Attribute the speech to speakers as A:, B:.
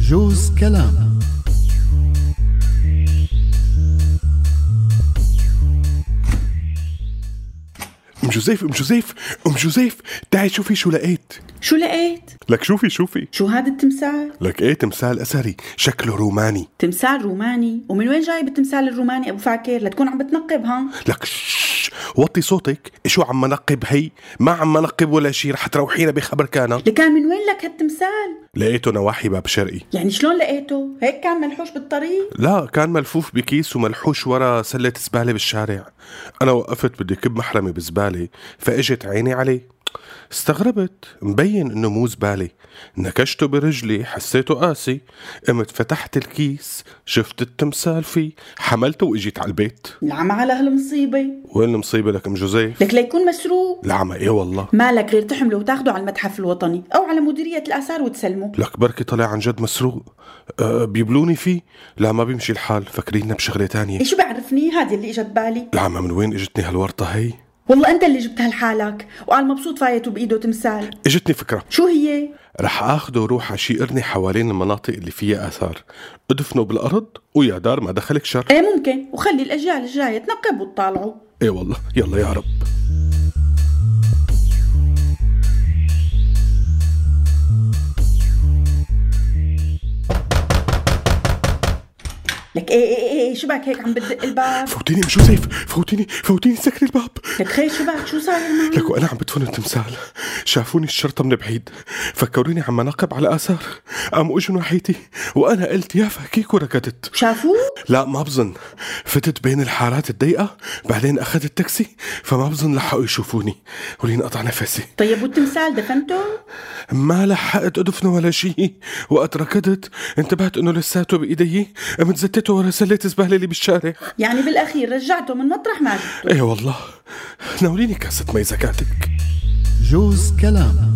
A: جوز كلام
B: ام جوزيف ام جوزيف ام جوزيف تعي شوفي شو لقيت
C: شو لقيت؟
B: لك شوفي شوفي
C: شو هذا التمثال؟
B: لك ايه تمثال اثري شكله روماني
C: تمثال روماني ومن وين جايب التمثال الروماني ابو فاكر لتكون عم بتنقب ها؟
B: لك شش وطي صوتك شو عم نقب هي ما عم نقب ولا شي رح تروحينا بخبر كان
C: لكان من وين لك هالتمثال؟
B: لقيته نواحي باب شرقي
C: يعني شلون لقيته؟ هيك كان ملحوش بالطريق؟
B: لا كان ملفوف بكيس وملحوش ورا سلة زبالة بالشارع أنا وقفت بدي كب محرمي بزبالة فإجت عيني عليه استغربت مبين إنه مو زبالة نكشته برجلي حسيته قاسي قمت فتحت الكيس شفت التمثال فيه حملته وإجيت على البيت
C: العمى على هالمصيبة
B: وين المصيبة لك أم جوزيف؟
C: لك ليكون مسروق
B: العمى إيه والله
C: مالك غير تحمله وتاخده على المتحف الوطني او على مديرية الاثار وتسلمه
B: لك بركي طلع عن جد مسروق أه بيبلوني فيه لا ما بيمشي الحال فاكريننا بشغلة تانية
C: إيه شو بعرفني هذه اللي اجت بالي
B: العمى من وين اجتني هالورطة هي؟
C: والله انت اللي جبتها لحالك وقال مبسوط فايته بايده تمثال
B: اجتني فكرة
C: شو هي
B: رح اخده وروح اشيقرني حوالين المناطق اللي فيها اثار ادفنه بالارض ويا دار ما دخلك شر
C: ايه ممكن وخلي الاجيال الجايه تنقبوا وتطالعوا
B: ايه والله يلا يا رب
C: لك ايه ايه ايه, إيه شو بك هيك عم بدق الباب
B: فوتيني مشو سيف فوتيني فوتيني سكري الباب
C: لك خير شو بك شو صاير معك
B: لك وانا عم بدفن التمثال شافوني الشرطه من بعيد فكروني عم ناقب على اثار قاموا اجوا ناحيتي وانا قلت يا فكيك وركضت
C: شافوه
B: لا ما بظن فتت بين الحارات الضيقه بعدين اخذت التاكسي فما بظن لحقوا يشوفوني ولين قطع نفسي
C: طيب والتمثال دفنته
B: ما لحقت ادفنه ولا شيء وقت ركضت انتبهت انه لساته بايدي قمت زتته ورا سله الزباله اللي بالشارع إيه
C: يعني بالاخير رجعته من مطرح ما جبته
B: ايه والله ناوليني كاسه مي زكاتك
A: جوز كلام